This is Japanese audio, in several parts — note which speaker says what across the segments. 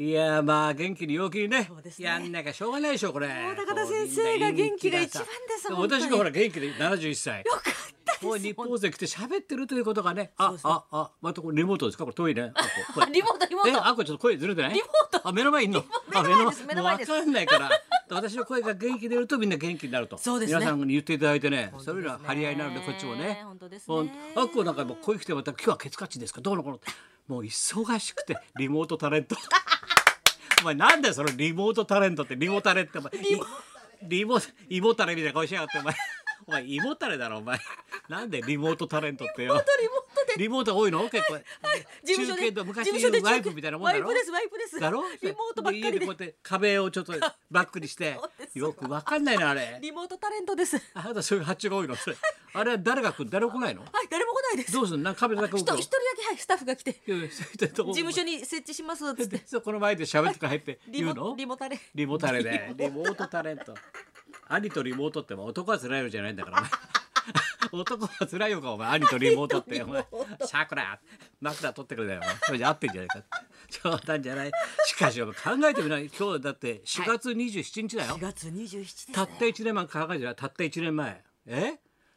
Speaker 1: いやまあ元気に陽気にね
Speaker 2: そうですね
Speaker 1: やんなきゃしょうがないでしょこれ
Speaker 2: う高田先生が元気が一番です
Speaker 1: もうみんな元気がさ
Speaker 2: 本当に
Speaker 1: 私がほら元気で71歳
Speaker 2: よかったです
Speaker 1: もう日本勢来て喋ってるということがねあ
Speaker 2: そうそう
Speaker 1: ああまたこれリモートですかこれ遠いねあここ
Speaker 2: あ
Speaker 1: れ
Speaker 2: リモートリモー
Speaker 1: え
Speaker 2: ト
Speaker 1: あこれちょっと声ずれてない
Speaker 2: リモー
Speaker 1: あ目の前にいんのあ
Speaker 2: 目の前です目の前です
Speaker 1: もうわかんないから私の声が元気出るとみんな元気になると
Speaker 2: そうですね
Speaker 1: 皆さんに言っていただいてね
Speaker 2: 本
Speaker 1: そ
Speaker 2: 当
Speaker 1: う
Speaker 2: で
Speaker 1: い
Speaker 2: すね
Speaker 1: うのは張り合いになるんでこっちもね
Speaker 2: 本当ですね
Speaker 1: もうあっこなんかもう声来てまた今日はケツカッチですかどうのこうのってもう忙しくてリモートタレントお前なんだよそのリモートタレントってリモタレってお前リモリモイモタレみたいな顔しやがってお前お前イモタレだろお前なんでリモートタレントってよ
Speaker 2: 本当リモートで
Speaker 1: リモート多いの結構、
Speaker 2: 事務所
Speaker 1: 中
Speaker 2: で
Speaker 1: 継と昔で言うワイプみたいなもんだろ
Speaker 2: ワイプですワイプです
Speaker 1: だろ
Speaker 2: リモートばっかり
Speaker 1: 家で
Speaker 2: で
Speaker 1: こうやって壁をちょっとバックにして
Speaker 2: そうです
Speaker 1: よくわかんないなあれ
Speaker 2: リモートタレントですは
Speaker 1: あなたそういう発注が多いの それあれは誰が来る誰も来ないの
Speaker 2: い誰も来ないです
Speaker 1: どうするのなんか壁だけ
Speaker 2: 一
Speaker 1: 置く
Speaker 2: 人
Speaker 1: の
Speaker 2: 一人だけはいスタッフが来て
Speaker 1: いやいやそれどう
Speaker 2: 事務所に設置しますっつって
Speaker 1: そうこの前で喋って帰って
Speaker 2: リ
Speaker 1: 言うの
Speaker 2: モリモタレ
Speaker 1: リモタレでリモートタレント兄とリモートってもう男はつらいのじゃないんだからお前男はつらいのかお前兄とリモートってお前さくら枕取ってくれだよお前それじゃ合ってんじゃないか冗談じゃないしかしお前考えてみない今日だって4月27日だよ、
Speaker 2: 4月27日です
Speaker 1: たった1年前考えてみないたった1年前え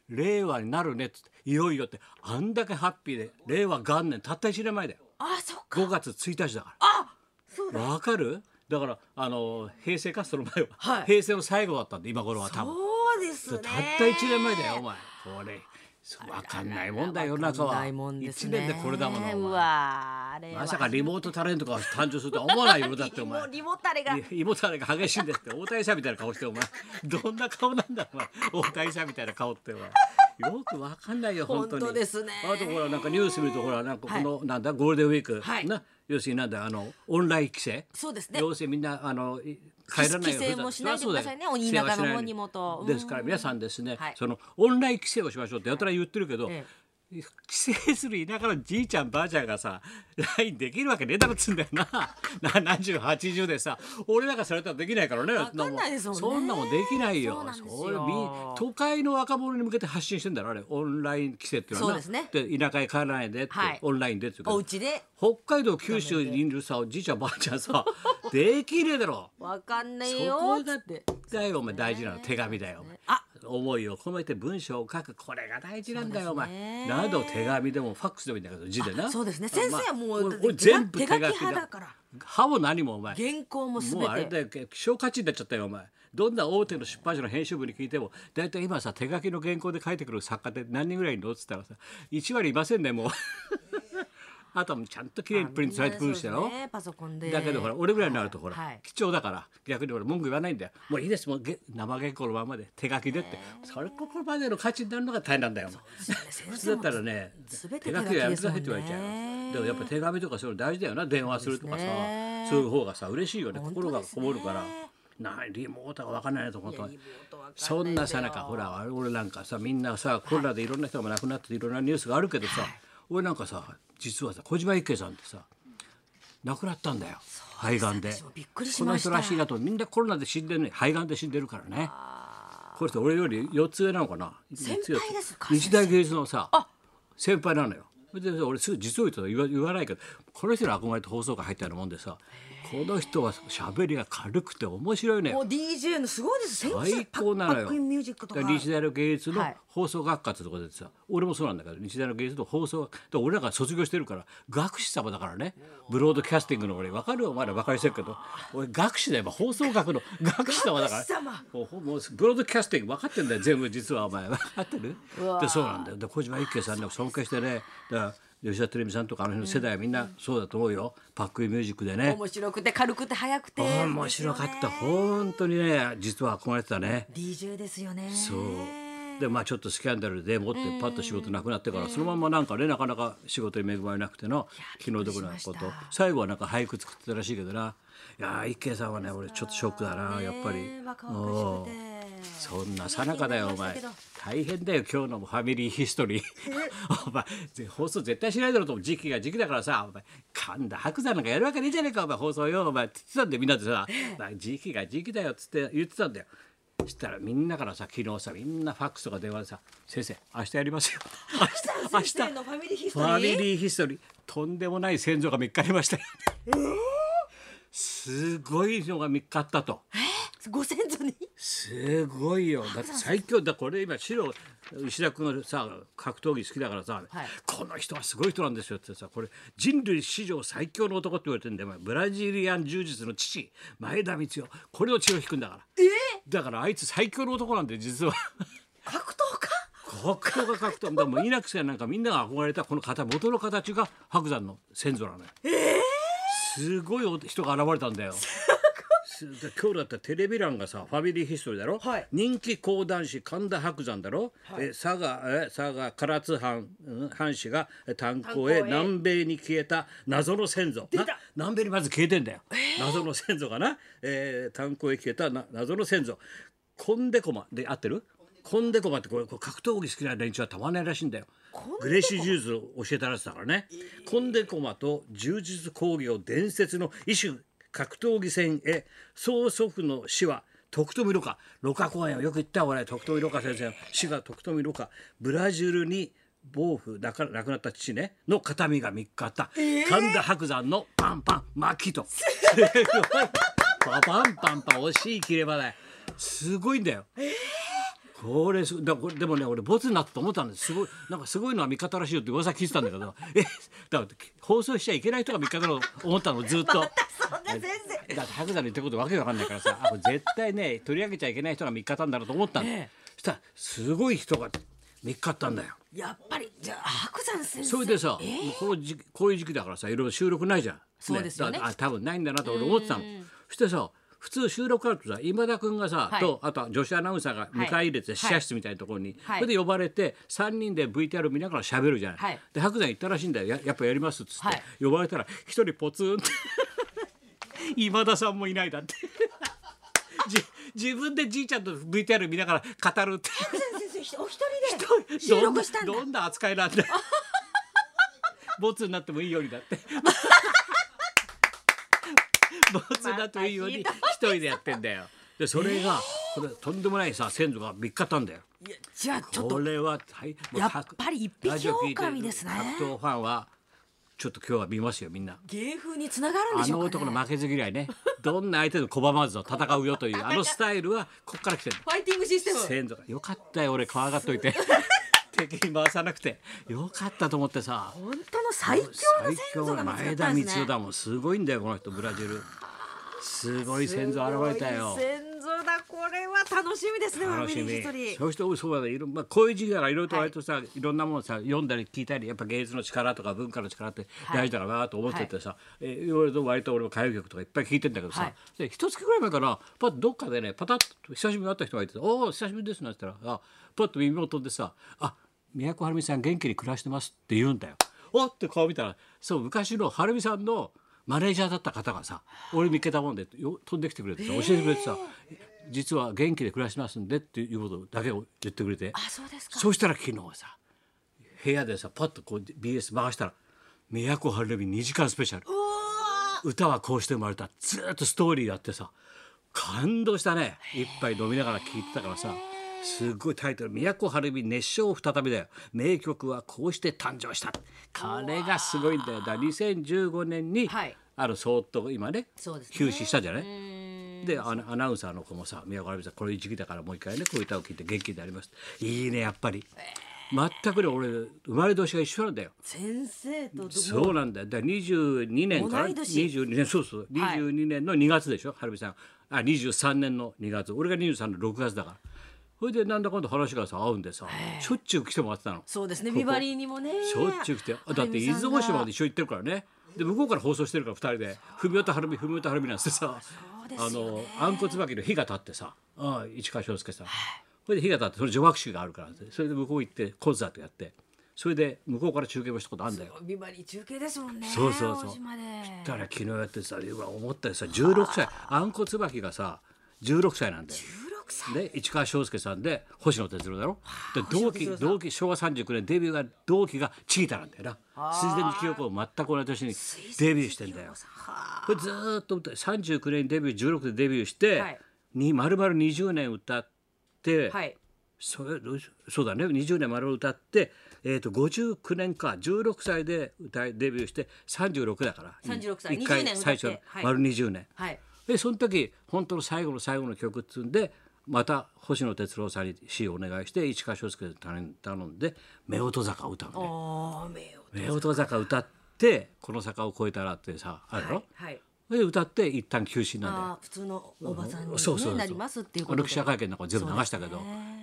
Speaker 1: 令和になるねっつっていよいよってあんだけハッピーで令和元年たった1年前だよ
Speaker 2: あそっか
Speaker 1: 5月1日だから
Speaker 2: あそうだ
Speaker 1: わかるだからあの平成かその前は、
Speaker 2: はい
Speaker 1: 平成の最後だったんで今頃は多分
Speaker 2: そうです
Speaker 1: た
Speaker 2: ね
Speaker 1: った1年前だよお前これそうわかんないもんだよ世の中
Speaker 2: わかん
Speaker 1: は
Speaker 2: ないもん
Speaker 1: 1
Speaker 2: です
Speaker 1: 年
Speaker 2: ね
Speaker 1: でこれだもの
Speaker 2: う
Speaker 1: お前
Speaker 2: わあれは
Speaker 1: まさかリモートタレントが誕生するとは思わないよだってお前
Speaker 2: もうリモタレが
Speaker 1: い妹なんか激しいんですって大谷さんみたいな顔してお前どんな顔なんだお前大谷さんみたいな顔ってお前よくわかんないよ本当に
Speaker 2: 本当ですね
Speaker 1: あとほらなんかニュース見るとほらなんかこの、なんだゴールデンウィーク、
Speaker 2: はい
Speaker 1: な要するになんだあのオンライン規制
Speaker 2: そうですね
Speaker 1: 要するにみんなあのい帰らない
Speaker 2: 規制もしないでくださいね
Speaker 1: そりゃそうだよ
Speaker 2: お田舎の方にもとうん
Speaker 1: ですから皆さんですね、
Speaker 2: はい
Speaker 1: そのオンライン規制をしましょうってやたら言ってるけど、
Speaker 2: え
Speaker 1: 帰省する田舎のじいちゃんばあちゃんがさ LINE できるわけねえだろっつうんだよな 7080でさ俺なんかされたらできないからね
Speaker 2: わかんないですもんね
Speaker 1: そんなもんできないよ
Speaker 2: そうなんですよ
Speaker 1: れみ都会の若者に向けて発信してんだろあれオンライン規制っていうのはな
Speaker 2: そうですね
Speaker 1: で田舎へ帰らないでって、
Speaker 2: はい
Speaker 1: オンラインでっていうけど
Speaker 2: お家で
Speaker 1: 北海道九州にいるさおじいちゃんばあちゃんさ できねえだろ
Speaker 2: わかんない
Speaker 1: そ
Speaker 2: よ
Speaker 1: こ
Speaker 2: っつ
Speaker 1: だ
Speaker 2: っ
Speaker 1: っててだよお前大事なの手紙だよお前
Speaker 2: あ
Speaker 1: 思いを込めて文章を書くこれが大事なんだよお
Speaker 2: そうですね
Speaker 1: 前など手紙でもファックスでもいいんだけど字でな
Speaker 2: そうですね先生はもう
Speaker 1: まあ俺俺全部手
Speaker 2: 手
Speaker 1: 書
Speaker 2: 書
Speaker 1: きだ
Speaker 2: き派だから
Speaker 1: 歯も何もお前
Speaker 2: 原稿もすべ
Speaker 1: もうあれだ
Speaker 2: て
Speaker 1: よ希少価値になっちゃったよお前どんな大手の出版社の編集部に聞いても大体今さ手書きの原稿で書いてくる作家って何人ぐらいいるのっつったらさ1割いませんねもうあとはもうちゃんときれいにプリントされてくるしだろ、
Speaker 2: あみんなそうですねパソコンで
Speaker 1: だけどほら俺ぐらいになるとほら、
Speaker 2: はい
Speaker 1: 貴重だから逆に俺文句言わないんだよもういいですもうげ生原稿のままで手書きでってそれここまでの価値になるのが大変なんだよ
Speaker 2: 先
Speaker 1: そうだ
Speaker 2: 生
Speaker 1: っ
Speaker 2: も
Speaker 1: たらね
Speaker 2: 全て
Speaker 1: 手
Speaker 2: 手
Speaker 1: 書
Speaker 2: 書
Speaker 1: きは
Speaker 2: き
Speaker 1: やめて
Speaker 2: です
Speaker 1: くだ
Speaker 2: も
Speaker 1: さいっ
Speaker 2: んね
Speaker 1: て言われちゃうでもやっぱ手紙とかそういうの大事だよな電話するとかさ
Speaker 2: そうですね
Speaker 1: そういう方がさ嬉しいよね
Speaker 2: 本
Speaker 1: 心
Speaker 2: 当
Speaker 1: が
Speaker 2: です
Speaker 1: こ
Speaker 2: ね
Speaker 1: もるからなリモートが分かんないなと思っ
Speaker 2: い
Speaker 1: た
Speaker 2: や
Speaker 1: の
Speaker 2: リモートわかんいですよ
Speaker 1: そんなさなかほら俺なんかさみんなさコロナでいろんな人が亡くなっていろんなニュースがあるけどさ、俺なんかさ実はさ小島一慶さんってさ亡くなったんだよ肺がんで
Speaker 2: 私もびっくりし
Speaker 1: この
Speaker 2: まし
Speaker 1: 人
Speaker 2: た
Speaker 1: らしいなとみんなコロナで死んでるのに肺がんで死んでるからねこれって俺より4つ上なのかな
Speaker 2: 先輩ですか
Speaker 1: 日大芸術のさ先輩なのよで俺すぐ実を言うと言わ言わないけどこの人の憧れて放送会入ったようなもんでさこの人は喋りが軽くて面白いね
Speaker 2: もう DJ のすごいです先生
Speaker 1: 最高なのよ
Speaker 2: パックインミュージックとか
Speaker 1: だら日大の芸術の
Speaker 2: はい
Speaker 1: 放送学科ってとこでさ、俺もそうなんだけど日大の芸術の放送だから俺らが卒業してるから学士様だからねブロードキャスティングの俺分かるよお前ら分かりしてるけど俺学士だよ放送学の学士様だから
Speaker 2: 学士様
Speaker 1: もうほもうブロードキャスティング分かってんだよ全部実はお前分かってるでそうなんだよで小島一慶さんね尊敬してねだから吉田照美さんとかあの辺の世代はみんなそうだと思うよ、パックインミュージックでね
Speaker 2: 面白くて軽くて速くて
Speaker 1: 面白かった本当にね実は憧れてたね
Speaker 2: DJ ですよね
Speaker 1: そうでまあちょっとスキャンダルでもってパッと仕事なくなってからそのまんまなんかねなかなか仕事に恵まれなくての気の毒な
Speaker 2: びっくりし
Speaker 1: こ
Speaker 2: ま
Speaker 1: と
Speaker 2: した
Speaker 1: 最後はなんか俳句作ってたらしいけどないやー一慶さんはね俺ちょっとショックだなやっぱり
Speaker 2: ねえ若
Speaker 1: うん
Speaker 2: 々しくて
Speaker 1: そんなさなかだよお前
Speaker 2: 元気になりま
Speaker 1: 大変だよ今日のファミリーヒストリー お前ぜ放送絶対しないだろうと思う時期が時期だからさお前神田伯山なんかやるわけねえじゃねえかお前放送よお前って言ってたんでみんなでさ「まあ、時期が時期だよ」っつって言ってたんだよそしたらみんなからさ昨日さみんなファックスとか電話でさ「先生明日やりますよ」明日
Speaker 2: 先生のファミリーヒ
Speaker 1: フ
Speaker 2: スト
Speaker 1: ァ
Speaker 2: リ
Speaker 1: ミ
Speaker 2: ー
Speaker 1: リーヒストリーとんでもない先祖が見っかりましたよすごいのが見っかったと。
Speaker 2: ご先祖に
Speaker 1: すごいよ。だって最強だ。これ今白石田君のさ格闘技好きだからさ、
Speaker 2: はい
Speaker 1: この人はすごい人なんですよってさ、これ人類史上最強の男って言われてんだよ。お前ブラジリアン柔術の父前田光代。これの血を引くんだから。
Speaker 2: え
Speaker 1: だからあいつ最強の男なんで実は。
Speaker 2: 格闘家
Speaker 1: 格闘が格闘だもうイラク戦なんかみんなが憧れたこの形元の形が白山の先祖なのよ。すごい人が現れたんだよ。すで今日だったらテレビ欄がさ「ファミリーヒストリー」だろ、
Speaker 2: はい
Speaker 1: 人気講談師神田伯山だろ、え佐賀え佐賀唐津藩うん藩士がえ炭鉱へ
Speaker 2: 炭鉱へ
Speaker 1: 南米に消えた謎の先祖な
Speaker 2: た
Speaker 1: 南米にまず消えてんだよ、謎の先祖がな、えー、炭鉱へ消えたな謎の先祖コンデコマで合ってるコンデコマってこれこれ格闘技好きな連中はたまんないらしいんだよ
Speaker 2: コンデコマ
Speaker 1: グレーシー柔術を教えたらしいだからね、コンデコマと柔術工業伝説の異種格闘技戦へ曽祖父の死は徳富ろ過ろ過公園をよく行ったよ俺徳富ろ過先生の死が徳富ろ過ブラジルに暴風だから亡くなった父ねの形見が見っかった、神田伯山のパンパン巻きとすごいパパンパンパン惜しい切れ離れすごいんだよこれすだこれでもね俺ボツになったと思ったんですすごいなんかすごいのは味方らしいよって噂聞いてたんだけどえだから放送しちゃいけない人が味方だと思ったのずっと。
Speaker 2: そんな先生
Speaker 1: だって白山の言ってることわけわかんないからさあこれ絶対ね取り上げちゃいけない人が3日たんだろうと思ったの、
Speaker 2: ええ
Speaker 1: そしたらすごい人が3日たんだよ。
Speaker 2: やっぱりじゃあ白山先生
Speaker 1: それでさ、
Speaker 2: え
Speaker 1: もうこの時期こういう時期だからさいろいろ収録ないじゃん。
Speaker 2: そうですよね
Speaker 1: だあ多分ないんだなと俺思ってたの。そしてさ普通収録あるとさ今田君がさ、
Speaker 2: はい
Speaker 1: とあとは女子アナウンサーが迎え入れて、
Speaker 2: はい
Speaker 1: 試写室みたいなところに、
Speaker 2: はい
Speaker 1: それで呼ばれて3人で VTR 見ながら喋るじゃない。
Speaker 2: はい
Speaker 1: で白山行ったらしいんだよややっぱやりますっつって、
Speaker 2: はい
Speaker 1: 呼ばれたら一人ポツンって 今田さんもいないだって。 じ自分でじいちゃんと VTR 見ながら語るって。
Speaker 2: 白山先生ひお一人で収録したんだ
Speaker 1: どんなどんな扱いなんだボツになってもいいようにだ ってボツになってもいいように一人でやってんだよでそれが、これとんでもないさ先祖が見っかったんだよ
Speaker 2: いやじゃあちょっ
Speaker 1: ことれははいもう
Speaker 2: やっ
Speaker 1: 格
Speaker 2: ぱり一匹
Speaker 1: ラジオ聞いてる
Speaker 2: 狼ですね
Speaker 1: 格闘ファンはちょっと今日は見ますよみんな
Speaker 2: 芸風につながるんで
Speaker 1: あ
Speaker 2: し
Speaker 1: の
Speaker 2: ょうか、
Speaker 1: 男
Speaker 2: ね、
Speaker 1: の負けず嫌いねどんな相手でも拒まずと戦うよというあのスタイルはここから来てる
Speaker 2: ファイティングシステム
Speaker 1: 先祖がよかったよ俺怖がっとい て敵に回さなくてよかったと思ってさ
Speaker 2: 本当の最強の先祖が見つか
Speaker 1: 前田
Speaker 2: ったん
Speaker 1: 光
Speaker 2: です
Speaker 1: 代
Speaker 2: ね
Speaker 1: だもんすごいんだよこの人ブラジルすごい先祖現れたよ
Speaker 2: すごい先祖だこれは楽しみですね
Speaker 1: 楽し
Speaker 2: ファミリー
Speaker 1: み
Speaker 2: ヒストリー
Speaker 1: そういう人多いそうだねいろんまあこういう時期だからいろいろと割とさ、い、ろんなものさ読んだり聞いたりやっぱ芸術の力とか文化の力って大事だなと思っててさ、いえいろいろと割と俺も歌謡曲とかいっぱい聞いてんだけどさ、
Speaker 2: はい
Speaker 1: で一月ぐらい前からパッとどっかでねパタッと久しぶりに会った人がいてさ「おお久しぶりです」なんて言ったらあパッと耳元でさ「あ宮古はるみさん元気に暮らしてます」って言うんだよ。おって顔見たらそう昔のはるみさんのマネージャーだった方がさ俺見っけたもんでよ飛んできてくれてさ教えてくれてさ、実は元気で暮らしてますんでっていうことだけを言ってくれて
Speaker 2: あそうですか
Speaker 1: そうしたら昨日さ部屋でさパッとこう BS 回したら「宮古春日2時間スペシャル
Speaker 2: うわ
Speaker 1: 歌はこうして生まれた」ずーっとストーリーやってさ感動したね一杯飲みながら聴いてたからさすっごいタイトル「宮古春日熱唱再び」だよ名曲はこうして誕生したこれがすごいんだよだから2015年に、
Speaker 2: はい
Speaker 1: あのそーっと今ね
Speaker 2: そうですね
Speaker 1: 休止したじゃない、
Speaker 2: ー
Speaker 1: でアナアナウンサーの子もさ「宮川亜美さんこれ時期だからもう一回ねこういう歌を聴いて元気になります」いいねやっぱり全くね俺生まれ年が一緒なんだよ
Speaker 2: 先生とど
Speaker 1: そうなんだよだから22年から
Speaker 2: 同い年
Speaker 1: 22年そうそう
Speaker 2: はい
Speaker 1: 22年の2月でしょ春美さんあ23年の2月俺が23の6月だからそれでなんだかんだ話がさ合うんでさしょっちゅう来てもらってたの
Speaker 2: そうですね
Speaker 1: ここ
Speaker 2: ビバリーにもね
Speaker 1: しょっちゅう来てあだって伊豆大島まで一緒に行ってるからねで向こうから放送してるから二人で「文雄と晴美文雄と晴美」なんてさ
Speaker 2: うです
Speaker 1: あ
Speaker 2: よ
Speaker 1: の
Speaker 2: ね
Speaker 1: あんこつばきの火が立ってさああ市川翔介さんそれで火が立ってそれ除幕式があるからってそれで向こう行ってコンサートやってそれで向こうから中継もしたことあるんだよ。
Speaker 2: ビバリー中継ですもんね
Speaker 1: そうそうそう
Speaker 2: 大島で
Speaker 1: だから昨日やってさうわ思ったよりさ16歳あんこつばきがさ16歳なんだよ。
Speaker 2: 16歳
Speaker 1: ね、市川翔介さんで星野哲郎だろで同期
Speaker 2: 星野哲郎さん
Speaker 1: 同期昭和39年デビューが同期がチータなんだよな水田清子も全く同じ年にデビューしてんだよ
Speaker 2: はあ
Speaker 1: これずーっと歌って39年にデビュー16でデビューして、
Speaker 2: はい
Speaker 1: に丸々20年歌って、
Speaker 2: はい
Speaker 1: それそうだね20年丸々歌ってえー、と59年か16歳で歌いデビューして36だから
Speaker 2: 36歳
Speaker 1: 一回
Speaker 2: 20年歌って
Speaker 1: 最初の
Speaker 2: はい
Speaker 1: 丸20年、
Speaker 2: はい
Speaker 1: でその時本当の最後の最後の曲っつうんでまた星野哲郎さんに詞をお願いして市川翔介に頼ん頼んで「夫婦坂」を歌うのね。
Speaker 2: おーめよ
Speaker 1: 夫婦坂歌って「この坂を越えたら」ってさある
Speaker 2: はい
Speaker 1: の、
Speaker 2: はい
Speaker 1: で歌って一旦休止になんだよ。
Speaker 2: あー普通のおばさんにね
Speaker 1: そうそうそう
Speaker 2: なりますっていうこ
Speaker 1: あ
Speaker 2: と
Speaker 1: の
Speaker 2: で
Speaker 1: 記者会見なんかも全部流したけど、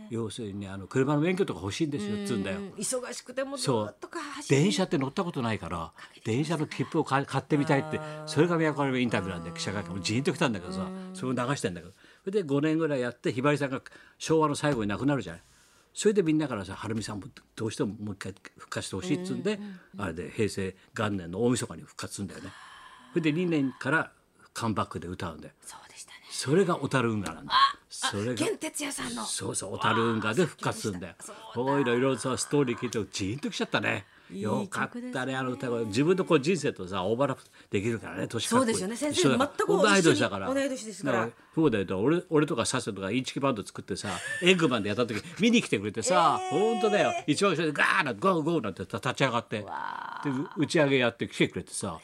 Speaker 1: 要するにあの車の免許とか欲しいんですよっつうんだよ
Speaker 2: うん忙しくても
Speaker 1: そ
Speaker 2: どう
Speaker 1: う
Speaker 2: とか走る
Speaker 1: 電車って乗ったことないから電車の切符を買買ってみたいってそれが宮古のインタビューなんで記者会見もジーンときたんだけどさそれを流してんだけどそれで5年ぐらいやってひばりさんが昭和の最後に亡くなるじゃないそれでみんなからさ晴美さんもどうしてももう一回復活してほしいっつうんであれで平成元年の大晦日に復活するんだよねそれで2年からカムバックで歌うんだよ
Speaker 2: そうでしたね
Speaker 1: それが小樽運河なんだそれが
Speaker 2: 玄哲也さんの
Speaker 1: そうそう、小樽運河で復活するんだよ。こういうのいろいろさ、ストーリー聞いて、ジーンときちゃったね。
Speaker 2: いい
Speaker 1: よかっ
Speaker 2: 曲です
Speaker 1: たね、
Speaker 2: ね
Speaker 1: あの歌声、自分のこう人生とさ、オーバーラップできるからね、年か
Speaker 2: そうですよね先生全く
Speaker 1: 同い
Speaker 2: 一
Speaker 1: 年
Speaker 2: 緒に
Speaker 1: だから。
Speaker 2: 同い年ですから
Speaker 1: だそうだよ、俺、俺とかサセとか、インチキバンド作ってさ、 エッグマンでやった時、見に来てくれてさ、本当だよ。一番最初にガーなんて、ゴーゴーなんて立ち上がって。で、打ち上げやって来てくれてさ。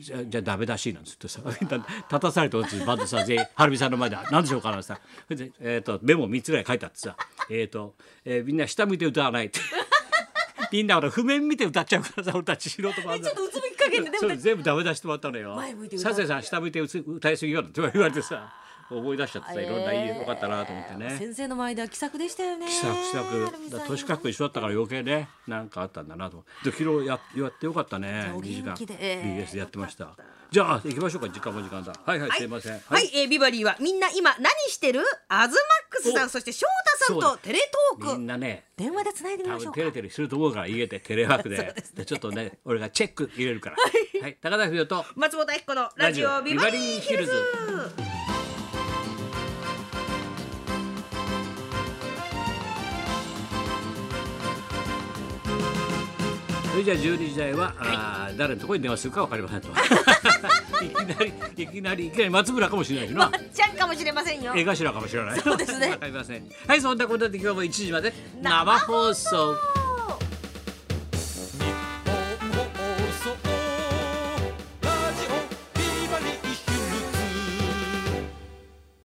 Speaker 1: じゃあじゃあダメだしなんつってさ みんな立たされて落ちてバンドさ全員はるみさんの前で「何でしょうか?」なんてさそれでえーとメモ3つぐらい書いてあってさ「えーとえーみんな下向いて歌わ ない」ってみんなほら譜面見て歌っちゃうからさ俺たち素人バンド
Speaker 2: ちょっとうつむきかけてで
Speaker 1: そ
Speaker 2: も
Speaker 1: う全部ダメ出してもらったのよ
Speaker 2: 前向いて
Speaker 1: 「
Speaker 2: 歌う
Speaker 1: させさん下向いてうつ歌いすぎよ」って言われてさ思い出しちゃってさいろんな
Speaker 2: え
Speaker 1: い
Speaker 2: ー
Speaker 1: いよかったなと思ってね。
Speaker 2: 先生の前では気さくでしたよね
Speaker 1: 気さく気さ
Speaker 2: はる
Speaker 1: く
Speaker 2: みさん
Speaker 1: だ年格好一緒だったから余計ねなんかあったんだなと思ってで昨日ややってよかったね
Speaker 2: お元気
Speaker 1: 2時間
Speaker 2: でえー
Speaker 1: BS でやってましたじゃあ行きましょうか時間も時間だはいはいすいません
Speaker 3: はい、えービバリーはみんな今何してるアズマックスさ
Speaker 1: お
Speaker 3: んそして翔太さん
Speaker 1: そう
Speaker 3: とテレト
Speaker 1: み
Speaker 3: ーク
Speaker 1: んなね
Speaker 2: 電話でつないでみ
Speaker 1: 多
Speaker 2: まし
Speaker 1: 分
Speaker 2: ょう
Speaker 1: テレテレすると思うから家でテレワークででちょっとね俺がチェック入れるからはい高田冬と
Speaker 3: 松本明子のラジオビバリーヒルズ
Speaker 1: ビバリそれじゃあ12時台は、あー誰のところに電話するかわかりませんといきなりいきなりいきなり松村かもしれ ないしな
Speaker 3: ちゃんかもしれませんよ
Speaker 1: 絵頭かもしれないそう
Speaker 3: ですね
Speaker 1: わかりませんはいそんなことで今日も1時まで生放送